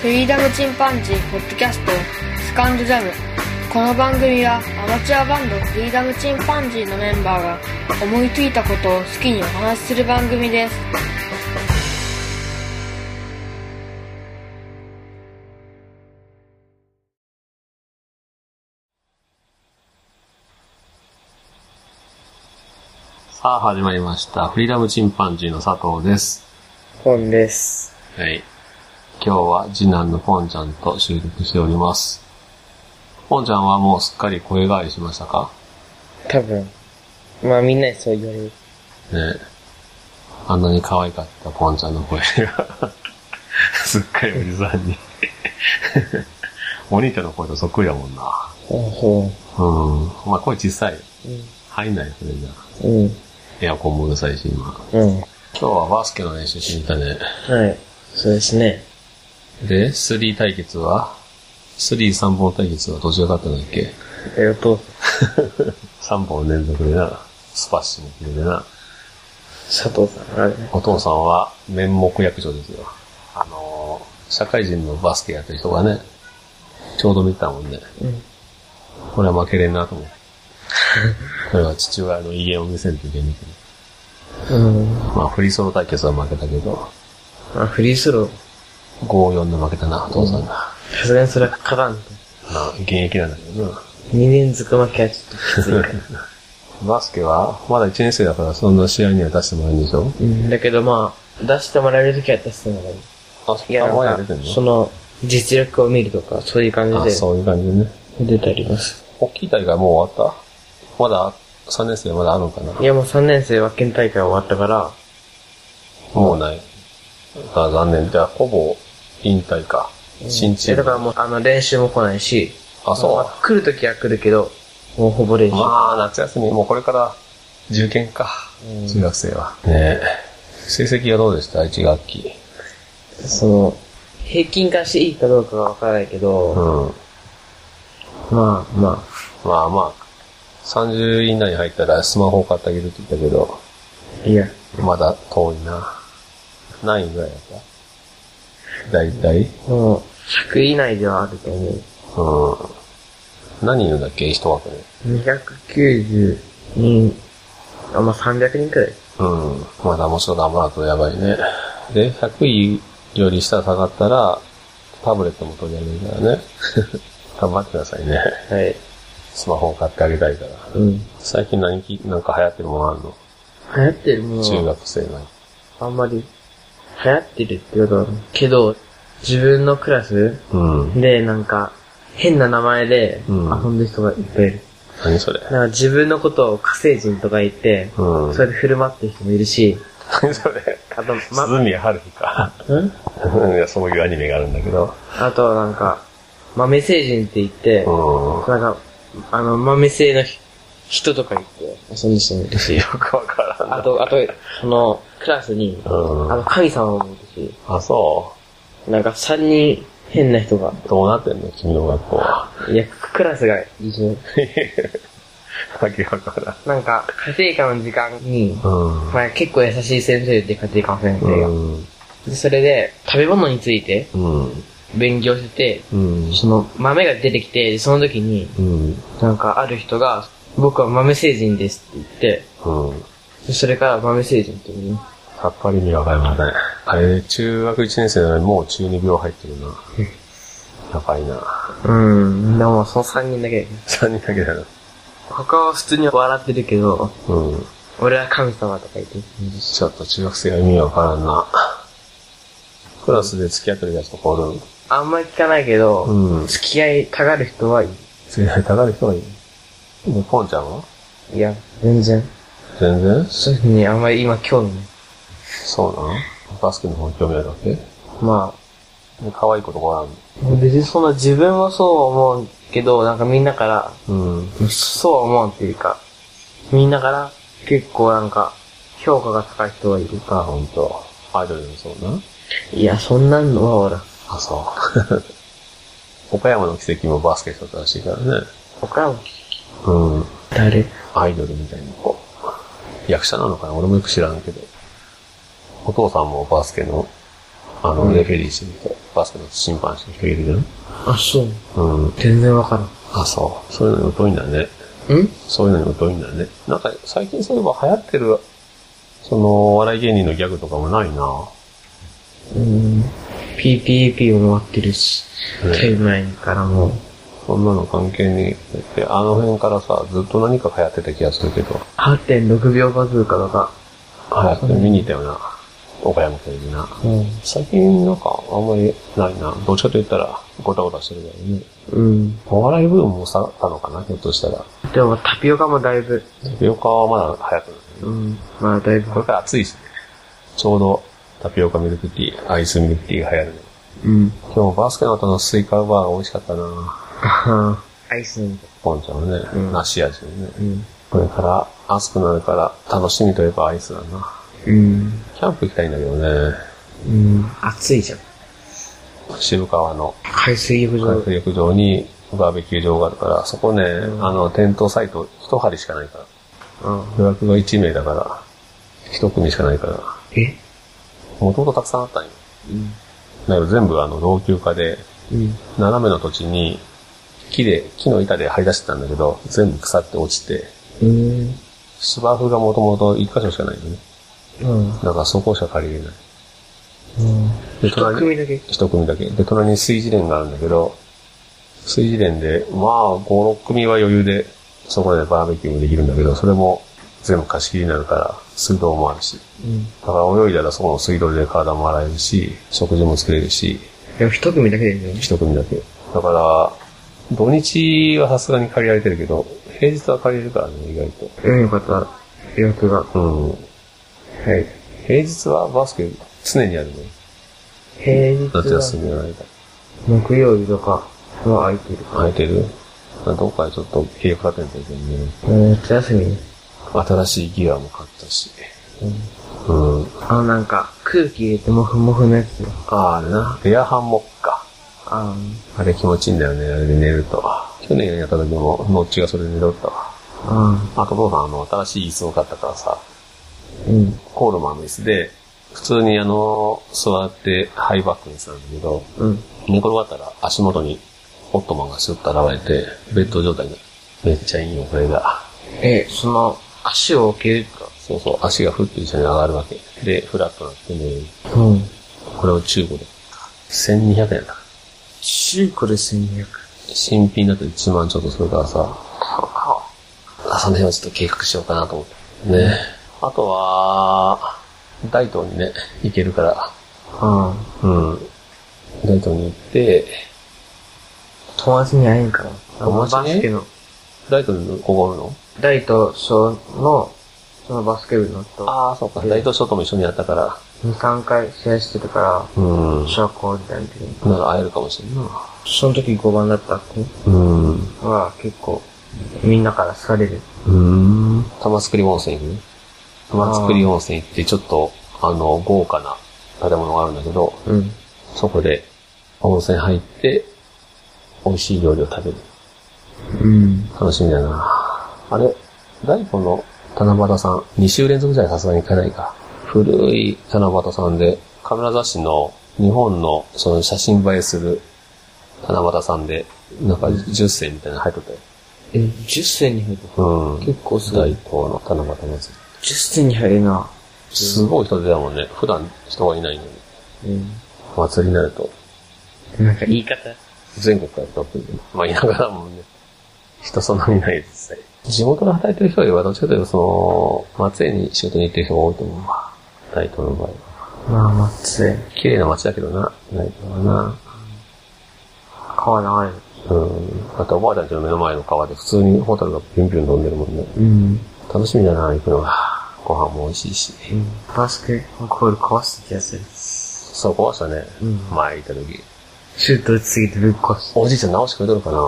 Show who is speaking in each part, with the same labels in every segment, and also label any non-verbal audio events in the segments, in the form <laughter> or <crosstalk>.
Speaker 1: フリーダムチンパンジーポッドキャストスカンドジャムこの番組はアマチュアバンドフリーダムチンパンジーのメンバーが思いついたことを好きにお話しする番組です
Speaker 2: さあ、始まりました。フリーダムチンパンジーの佐藤です。
Speaker 3: 本です。
Speaker 2: はい。今日は次男のポンちゃんと収録しております。ポンちゃんはもうすっかり声変わりしましたか
Speaker 3: 多分。まあみんなにそう言われる。
Speaker 2: ねえあんなに可愛かったポンちゃんの声が、 <laughs> すっかりおじさんに。 <laughs> お兄ちゃんの声とそっくりだもんな。
Speaker 3: ほうほ
Speaker 2: うん。まあ声小さい。
Speaker 3: う。
Speaker 2: 入んないよ、それじゃ。
Speaker 3: うん。
Speaker 2: エアコンもうるさいし、今。
Speaker 3: うん。
Speaker 2: 今日はバスケの練習しに行ったね。
Speaker 3: はい。そうですね。
Speaker 2: で、スリー対決はスリー三本対決はどちらかったんだっけ
Speaker 3: えっと、
Speaker 2: 三本連続でな、スパッシュも決めてな。
Speaker 3: 佐藤さん、あれね。
Speaker 2: お父さんは面目役所ですよ。あのー社会人のバスケやってる人がね、ちょうど見たもんね。
Speaker 3: うん。
Speaker 2: これは負けれんなと思って。これは父親の威厳を見せるといけない。
Speaker 3: うん。
Speaker 2: まあ、フリーソロ対決は負けたけど、
Speaker 3: あ、フリースロー。
Speaker 2: 5-4で負けたな、お父さんが。
Speaker 3: さすがにそれは勝たんと。
Speaker 2: まあ、現役なんだけどな。
Speaker 3: 2連続負けはちょっときついから。
Speaker 2: バスケは、まだ1年生だからそんな試合には出してもらえるんでしょ
Speaker 3: <laughs> うん。だけどまあ、出してもらえるときは出してもらえる。
Speaker 2: あ、
Speaker 3: いや、
Speaker 2: あまだ
Speaker 3: な
Speaker 2: 出
Speaker 3: ん
Speaker 2: てん
Speaker 3: か、
Speaker 2: の
Speaker 3: その、実力を見るとか、そういう感
Speaker 2: あ、
Speaker 3: じ
Speaker 2: そういう感じでね。
Speaker 3: で出たります。
Speaker 2: 大きい大会はもう終わったまだ、3年生まだあるのかない
Speaker 3: や、もう3年生は県大会終わったから、
Speaker 2: もうない。あ、残念。じゃあ、ほぼ、引退か。新チ
Speaker 3: いや
Speaker 2: ー
Speaker 3: だか
Speaker 2: ム。
Speaker 3: らもう、あの、練習も来ないし、
Speaker 2: あ、
Speaker 3: ま
Speaker 2: そ
Speaker 3: 来るときは来るけど、もうほぼ練
Speaker 2: う。
Speaker 3: 習。
Speaker 2: まあ、夏休み、もうこれから、受験か。
Speaker 3: うん
Speaker 2: 中学生は。ねえ。成績はどうでした一学期。
Speaker 3: その、平均化していいかどうかがわからないけ
Speaker 2: う
Speaker 3: ど、
Speaker 2: ん。
Speaker 3: まあま
Speaker 2: まあまあ、30位以内に入ったらスマホを買ってあげるって言ったけど、
Speaker 3: あ、いや、
Speaker 2: まだ遠いな。何位ぐらいだった大体
Speaker 3: もう、100以内ではあると思う。
Speaker 2: うん。何人いるんだっけ一枠で。
Speaker 3: 290人、あ、まあ300人くらい。
Speaker 2: うん。まだもうちょっと頑張らんとやばいね。で、100位より下下がったら、タブレットも取り上げるからね。 <laughs> 頑張ってくださいね。
Speaker 3: はい。
Speaker 2: スマホを買ってあげたいから。
Speaker 3: うん。流
Speaker 2: 最近何き、なんか流行ってるものあるの、
Speaker 3: 行ってるも
Speaker 2: 中
Speaker 3: のは、
Speaker 2: 学生の。
Speaker 3: あんまり、流行ってるってことは、けど、自分のクラス
Speaker 2: うん。
Speaker 3: で、なんか、変な名前で、
Speaker 2: うん
Speaker 3: 遊んでる人がいっぱいいる。
Speaker 2: 何それ
Speaker 3: なんか自分のことを火星人とか言って、
Speaker 2: うん。
Speaker 3: それで振る舞ってる人もいるし、
Speaker 2: 何それ
Speaker 3: あと、ま、
Speaker 2: 鈴宮春日か。
Speaker 3: ん
Speaker 2: いやそういうアニメがあるんだけど。
Speaker 3: あとなんか、豆星人って言って、
Speaker 2: うん。
Speaker 3: なんか、あの、豆星のひ人とか言って、遊んでる人もいるし
Speaker 2: よ、くわからんな。
Speaker 3: あと、あと、その、クラスに、
Speaker 2: うん
Speaker 3: あの、神様もいる
Speaker 2: あ、そ
Speaker 3: し、なんか3人変な人が、
Speaker 2: う。どうなってんの君の学校は。
Speaker 3: いや、クラスが一緒。
Speaker 2: わけわから
Speaker 3: なんか、家庭科の時間に、
Speaker 2: ん。
Speaker 3: まあ、結構優しい先生で家庭科の先
Speaker 2: う
Speaker 3: 生が。
Speaker 2: ん。
Speaker 3: で、それで、食べ物について
Speaker 2: うん。
Speaker 3: 勉強してて、
Speaker 2: うん。
Speaker 3: その豆が出てきて、その時に、
Speaker 2: うん。
Speaker 3: なんかある人が、僕は豆星人ですって言って、
Speaker 2: うん。
Speaker 3: でそれから豆星人って言うの。
Speaker 2: さっぱりにわかりません。あれ、中学1年生なのにもう中二病入ってるな。やばいな。
Speaker 3: うん。でもその3人だけ。
Speaker 2: 3人だけだな。
Speaker 3: 他は普通に笑ってるけど、
Speaker 2: うん。
Speaker 3: 俺は神様とか言ってる。
Speaker 2: ちょっと中学生が意味わからんな。クラスで付き合ってるやつとかおる
Speaker 3: あんまり聞かないけど、
Speaker 2: うん。
Speaker 3: 付き合いたがる人はい。
Speaker 2: 付き合いたがる人がいい。で、ポンちゃんはい
Speaker 3: いや、全然。
Speaker 2: 全然
Speaker 3: そういうふうにあんまり今興味ない。
Speaker 2: そうなのバスケの方に興味あるわけで
Speaker 3: ま
Speaker 2: 可愛い子とかある
Speaker 3: あ、別にそんな自分もそう思うけど、なんかみんなから、
Speaker 2: のうん。
Speaker 3: そう思うっていうか、みんなから結構なんか、評価が高い人がいる。
Speaker 2: あ、ほんと。アイドルでもそうな。
Speaker 3: いや、そんなんのはほら、
Speaker 2: あ、そう。 <laughs> 岡山の奇跡もバスケしとったらしいからね。
Speaker 3: 他は
Speaker 2: うん。
Speaker 3: 誰
Speaker 2: アイドルみたいな子。役者なのかな俺もよく知らんけど。お父さんもバスケの、あの、レフェリーしてて、バスケの審判してる人いるじゃん
Speaker 3: あ、そう。
Speaker 2: うん。
Speaker 3: 全然わからん。
Speaker 2: あ、そう。そういうのに疎いんだね。
Speaker 3: ん
Speaker 2: そういうのに疎いんだね。なんか、最近そういえば流行ってる、その、お笑い芸人のギャグとかもないな。
Speaker 3: うん。PPAP も終わってるし、
Speaker 2: うん
Speaker 3: だいぶ前からもう、
Speaker 2: そんなの関係に、だってあの辺からさ、ずっと何か流行ってた気がするけど、
Speaker 3: 8.6秒バズーカとか、
Speaker 2: 流行って見に行ったよな。岡山県にな。
Speaker 3: う
Speaker 2: 最近なんかあんまりないな。どっちかと言ったら、ごたごたしてるけどね。
Speaker 3: ん。うん。
Speaker 2: お笑いブームも下がったのかな、ひょっとしたら。
Speaker 3: でもタピオカもだいぶ、
Speaker 2: タピオカはまだ早くない。
Speaker 3: うん。まあだい
Speaker 2: こ
Speaker 3: ぶ
Speaker 2: れ、から暑いしね。ちょうど、タピオカミルクティー、アイスミルクティーが流行るの。
Speaker 3: うん。
Speaker 2: 今日バスケの後のスイカバーが美味しかったな
Speaker 3: あはアイスに。
Speaker 2: ポンちゃんのね、
Speaker 3: うん
Speaker 2: 梨味のね。
Speaker 3: うん。
Speaker 2: これから暑くなるから、楽しみといえばアイスだな。
Speaker 3: うん。
Speaker 2: キャンプ行きたいんだけどね。
Speaker 3: うん。暑いじゃん。
Speaker 2: 渋川の
Speaker 3: 海水浴場。
Speaker 2: 海水浴場にバーベキュー場があるから、そこね、あの、テントサイト一針しかないから。
Speaker 3: うん。
Speaker 2: 予約が1名だから、一組しかないから。
Speaker 3: え
Speaker 2: もともとたくさんあったんよ。
Speaker 3: うん。
Speaker 2: だけど全部あの、老朽化で、
Speaker 3: うん。
Speaker 2: 斜めの土地に、木で、木の板で張り出してたんだけど、全部腐って落ちて、
Speaker 3: うん。
Speaker 2: 芝生がもともと1箇所しかないよね。
Speaker 3: うん。
Speaker 2: だからそこしか借りれない。で、
Speaker 3: 一
Speaker 2: 隣に、
Speaker 3: 組だけ。
Speaker 2: 一組だけ。で、隣に水事連があるんだけど、水事連で、まあ、5、6組は余裕で、そこでバーベキューもできるんだけど、それも全部貸し切りになるから、水道もあるし。
Speaker 3: うん。
Speaker 2: だから泳いだらそこの水道で体も洗えるし、食事も作れるし、
Speaker 3: でも一組だけだよね。
Speaker 2: 一組だけ。だから、土日はさすがに借りられてるけど、平日は借りれるからね、意外と。
Speaker 3: うん、よかった。予約が。は
Speaker 2: うん。
Speaker 3: い。
Speaker 2: 平日はバスケ常にあるの。
Speaker 3: 平日
Speaker 2: 夏休
Speaker 3: は
Speaker 2: みの間。
Speaker 3: 木曜日とかは空いてるか
Speaker 2: 空いてるどっかでちょっと計画立てんといけないね。
Speaker 3: ら。うん、夏休みね。
Speaker 2: 新しいギアも買ったし。
Speaker 3: うん
Speaker 2: うん。
Speaker 3: あのなんか、空気入れてもふもふのやつ。
Speaker 2: ああ、あれな。エアハンモックか。
Speaker 3: あ
Speaker 2: あれ気持ちいいんだよね、あれで寝ると。去年やった時も、ノッチがそれで寝とったわ。
Speaker 3: あ、あ
Speaker 2: あと、父さん、あの、新しい椅子を買ったからさ、
Speaker 3: あ、うん、
Speaker 2: コールマンの椅子で、普通にあの、座ってハイバックにするんだけど、
Speaker 3: うん。
Speaker 2: 寝転がったら足元にオットマンがスッと現れて、ベッド状態になる。めっちゃいいよ、これが。
Speaker 3: え、その、足を置けるか。
Speaker 2: そうそう、足がふっと一緒に上がるわけ。で、フラットになって寝る。
Speaker 3: うん。
Speaker 2: これを中古で。1200円だな。
Speaker 3: 中古で1200。
Speaker 2: 新品だと1万ちょっとするからさ、
Speaker 3: は
Speaker 2: あその辺はちょっと計画しようかなと思って。ね。あとは、大東にね、行けるから、
Speaker 3: あ、うん。
Speaker 2: うん。大東に行って、
Speaker 3: 友達に会えんから。
Speaker 2: 友達に
Speaker 3: あのバスケの。
Speaker 2: 大東にここあるの
Speaker 3: 大と小の、そのバスケ部のと、
Speaker 2: ああ、そうか。大東翔とも一緒にやったか
Speaker 3: 2、3回試合してるから、
Speaker 2: ら、うん。
Speaker 3: 小学校時代の時に。
Speaker 2: なら会えるかもしれんな。
Speaker 3: その時5番だった子
Speaker 2: うん。
Speaker 3: は結構、みんなから好かれる。
Speaker 2: うん。玉造温泉行くね。玉造温泉行って、ちょっと、あの、豪華な建物があるんだけど、
Speaker 3: うん。
Speaker 2: そこで温泉入って、美味しい料理を食べる。
Speaker 3: うん。
Speaker 2: 楽しみだなあれ、大根の七夕さん、2週連続じゃさすがに行かないか。古い七夕さんで、カメラ雑誌の日本のその写真映えする七夕さんで、なんか10選みたいなの入っとったよ。
Speaker 3: え、10銭に入る
Speaker 2: うん。
Speaker 3: 結構すご
Speaker 2: 大
Speaker 3: い
Speaker 2: 根。の七夕祭り。
Speaker 3: 10銭に入るな。
Speaker 2: すごい人出たもんね。普段人がいないのに。
Speaker 3: うん。
Speaker 2: 祭りになると、
Speaker 3: なんか言い方。全
Speaker 2: 全国から来る。まあ、田舎だもんね。人そんなにいないですね。地元で働いてる人よりは、どっちかというと、その、松江に仕事に行ってる人が多いと思うわ。大東の場合は。
Speaker 3: まあ、まっつい。
Speaker 2: 綺麗な街だけどな、大東はな。
Speaker 3: 川流れる。
Speaker 2: うん。だっておばあちゃんちの目の前の川で普通にホタルがビュンビュン飛んでるもんね。
Speaker 3: うん。
Speaker 2: 楽しみだな、行くのが。ご飯も美味しいし。
Speaker 3: バスケのコール壊す気がする。
Speaker 2: そう、壊したね。
Speaker 3: うん
Speaker 2: 前行った時。
Speaker 3: シュート打ちすぎてぶっ壊す。
Speaker 2: おじいちゃん直してくれてるかな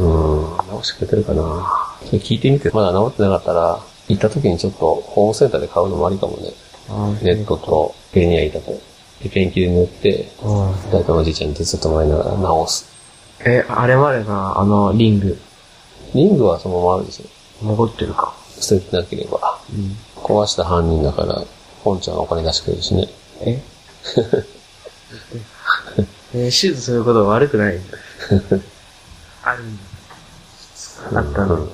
Speaker 2: うん、直してくれてるかなそれ聞いてみて、まだ直ってなかったら、行った時にちょっとホームセンターで買うのもありかもね。ネットとペニア板と。で、ペンキで塗って、
Speaker 3: うん。
Speaker 2: 大体おじいちゃんに手伝ってもらいながら直す。
Speaker 3: え、あれまでが、あの、リング、
Speaker 2: リングはそのままあるでしょ。
Speaker 3: 残ってるか。
Speaker 2: 捨ててなければ。
Speaker 3: うん。
Speaker 2: 壊した犯人だから、ポンちゃんがお金出してくれるしね。
Speaker 3: え <laughs> えー手術することは悪く <laughs> ない。あるんだ。あったの。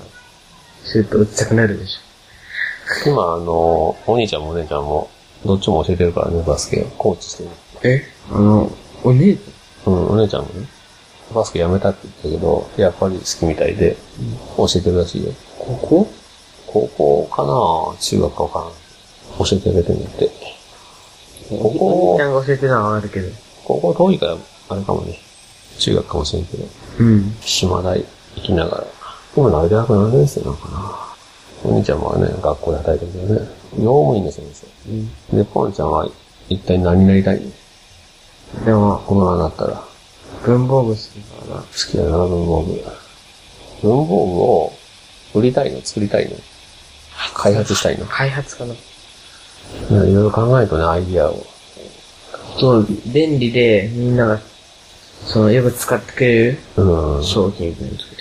Speaker 3: 手術打ちたくなるでし
Speaker 2: 今、あの、お兄ちゃんもお姉ちゃんも、どっちも教えてるからね、バスケを。コーチしてる。
Speaker 3: ょ。えあの、お姉ち
Speaker 2: うん、お姉ちゃんもね、バスケやめたって言ったけど、やっぱり好きみたいで、教えてるらしいよ。
Speaker 3: ゃん、ここ
Speaker 2: 高校かな中学かわからん。教えてくれてるんだって。こ
Speaker 3: お兄ちゃ
Speaker 2: こ、
Speaker 3: んが教えてるのはわかるけど。
Speaker 2: 高校遠いから、あれかもね。中学かもしれんけど、
Speaker 3: うん。
Speaker 2: 島大行きながら。今のあれ大学何年生なのかなお兄ちゃんもね、学校で働いてるんだよね。業務員の先生。で、ポンちゃんは一体何になりたい
Speaker 3: でも、
Speaker 2: 大人になったら。
Speaker 3: 文房具好きだか
Speaker 2: 好きだな、文房具。文房具を売りたいの作りたいの開発したいの
Speaker 3: ら、開発かな。
Speaker 2: いやいろいろ考えるとね、アイディアを。
Speaker 3: そう、便利で、みんなが、その、よく使ってくれる
Speaker 2: うん。
Speaker 3: 商品みたいなの作っ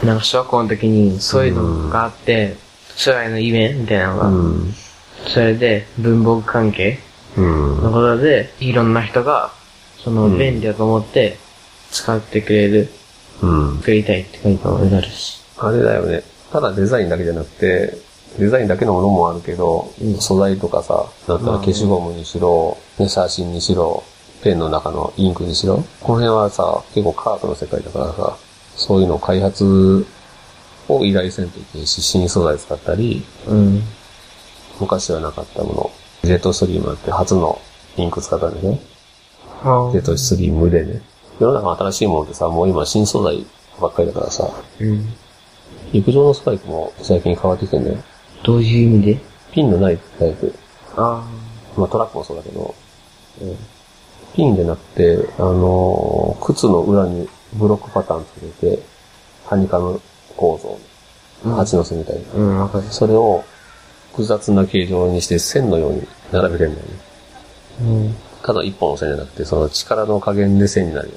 Speaker 3: てなんか小学校の時に、そういうのがあって、将来の夢みたいなの
Speaker 2: う
Speaker 3: が、
Speaker 2: ん。
Speaker 3: それで、文房具関係
Speaker 2: うん。
Speaker 3: のことで、いろんな人が、その、
Speaker 2: うん
Speaker 3: 便利だと思って、使ってくれる、
Speaker 2: うん。
Speaker 3: 作りたいって感じになるし。
Speaker 2: あれだよね。ただデザインだけじゃなくて、デザインだけのものもあるけど、
Speaker 3: うん
Speaker 2: 素材とかさ、だったら消しゴムにしろ、ね、写真にしろ、ペンの中のインクにしろ。この辺はさ、結構カートの世界だからさ、そういうの開発を依頼せんといけんし、新素材使ったり、
Speaker 3: うん。
Speaker 2: 昔はなかったもの。ジェットストリームだって初のインク使ったんでしょ
Speaker 3: あ
Speaker 2: ジェットストリームでね。世の中の新しいものってさ、もう今新素材ばっかりだからさ、
Speaker 3: うん。
Speaker 2: 陸上のスパイクも最近変わってきてんだよ。
Speaker 3: どういう意味で
Speaker 2: ピンのないタイプ。
Speaker 3: あ
Speaker 2: まあトラックもそうだけど、
Speaker 3: あ。うん。
Speaker 2: ピンじゃなくて、あのー靴の裏にブロックパターンつけて、ハニカム構造、蜂の巣みたいな。
Speaker 3: うん、わかる。
Speaker 2: それを複雑な形状にして線のように並べてるんだよね。
Speaker 3: うん。
Speaker 2: ただ一本の線じゃなくて、その力の加減で線になるよ。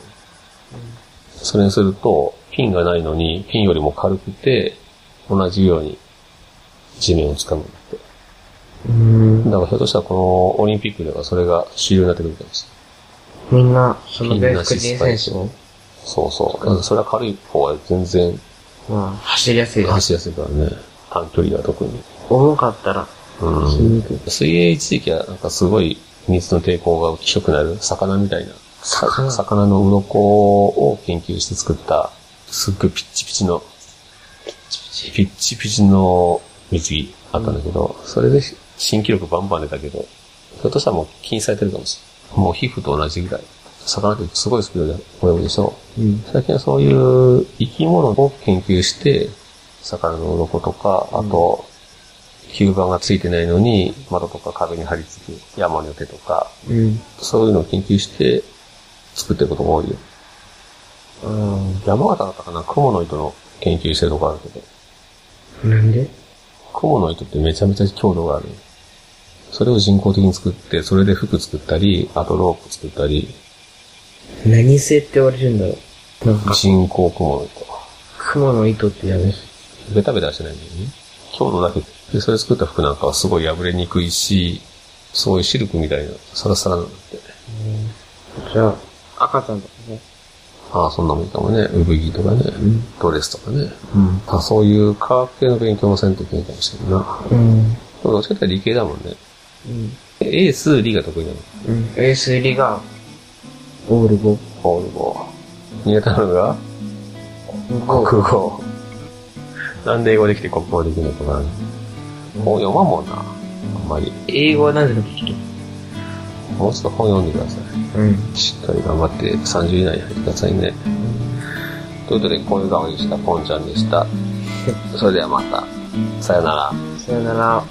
Speaker 2: それにすると、ピンがないのに、ピンよりも軽くて、同じように地面を掴むんだって。
Speaker 3: うん
Speaker 2: だ。からひょっとしたらこのオリンピックではそれが主流になってくるかもしれない。
Speaker 3: みんな、その外国人選手も、
Speaker 2: そうそう。だからそれは軽い方が全然
Speaker 3: まあ、走りやすいです。
Speaker 2: 走りやすいからね。短距離は特に。
Speaker 3: 重かったら、
Speaker 2: うん
Speaker 3: 筋肉。
Speaker 2: 水泳地域はなんかすごい水の抵抗が大きくなる魚みたいな。さ
Speaker 3: 魚
Speaker 2: 魚の鱗を研究して作った、すっごいピッチピチの、ピッチピチの水着あったんだけど、それで新記録バンバン出たけど、ひょっとしたらもう禁止されてるかもしれない。もう皮膚と同じぐらい。魚ってすごいスピードで泳ぐでしょ。
Speaker 3: うん。
Speaker 2: 最近はそういう生き物を研究して、魚の鱗とか、あと、吸盤がついてないのに、窓とか壁に張り付く山の手とか、
Speaker 3: うん。
Speaker 2: そういうのを研究して作ってることも多いよ。
Speaker 3: あ
Speaker 2: 山形だったかな、雲の糸の研究してるとこあるけど、
Speaker 3: あ。なんで
Speaker 2: 雲の糸ってめちゃめちゃ強度がある。それを人工的に作って、それで服作ったり、あとロープ作ったり、
Speaker 3: 何製って言われるんだろう。なんか、
Speaker 2: 人工雲の糸。
Speaker 3: 雲の糸ってやめ。
Speaker 2: ベタベタしてないんだよね。強度だけ。で、それ作った服なんかはすごい破れにくいし、すごいシルクみたいな、サラサラなんだって。
Speaker 3: じゃあ、赤ちゃんとかね。
Speaker 2: ああ、そんなもんいいかもね。産着とかね、
Speaker 3: ん
Speaker 2: ドレスとかね。うん。あそういう科学系の勉強もせんといけないかもしれんな。
Speaker 3: うん。
Speaker 2: でもどっちかっていうと理系だもんね。
Speaker 3: うん。
Speaker 2: A 数理が得意なの。
Speaker 3: うん。S 入りが、オール5。
Speaker 2: オール語。苦手なのが
Speaker 3: 国
Speaker 2: 国語。なんで英語できて国語できないのかな。本読まんもんな。あんまり。
Speaker 3: 英語は何でか聞く
Speaker 2: もうちょっと本読んでください。
Speaker 3: うん。
Speaker 2: しっかり頑張って30位以内に入ってくださいね。ということで、こういう顔にしたポンちゃんでした。それではまた。さよなら。
Speaker 3: さよなら。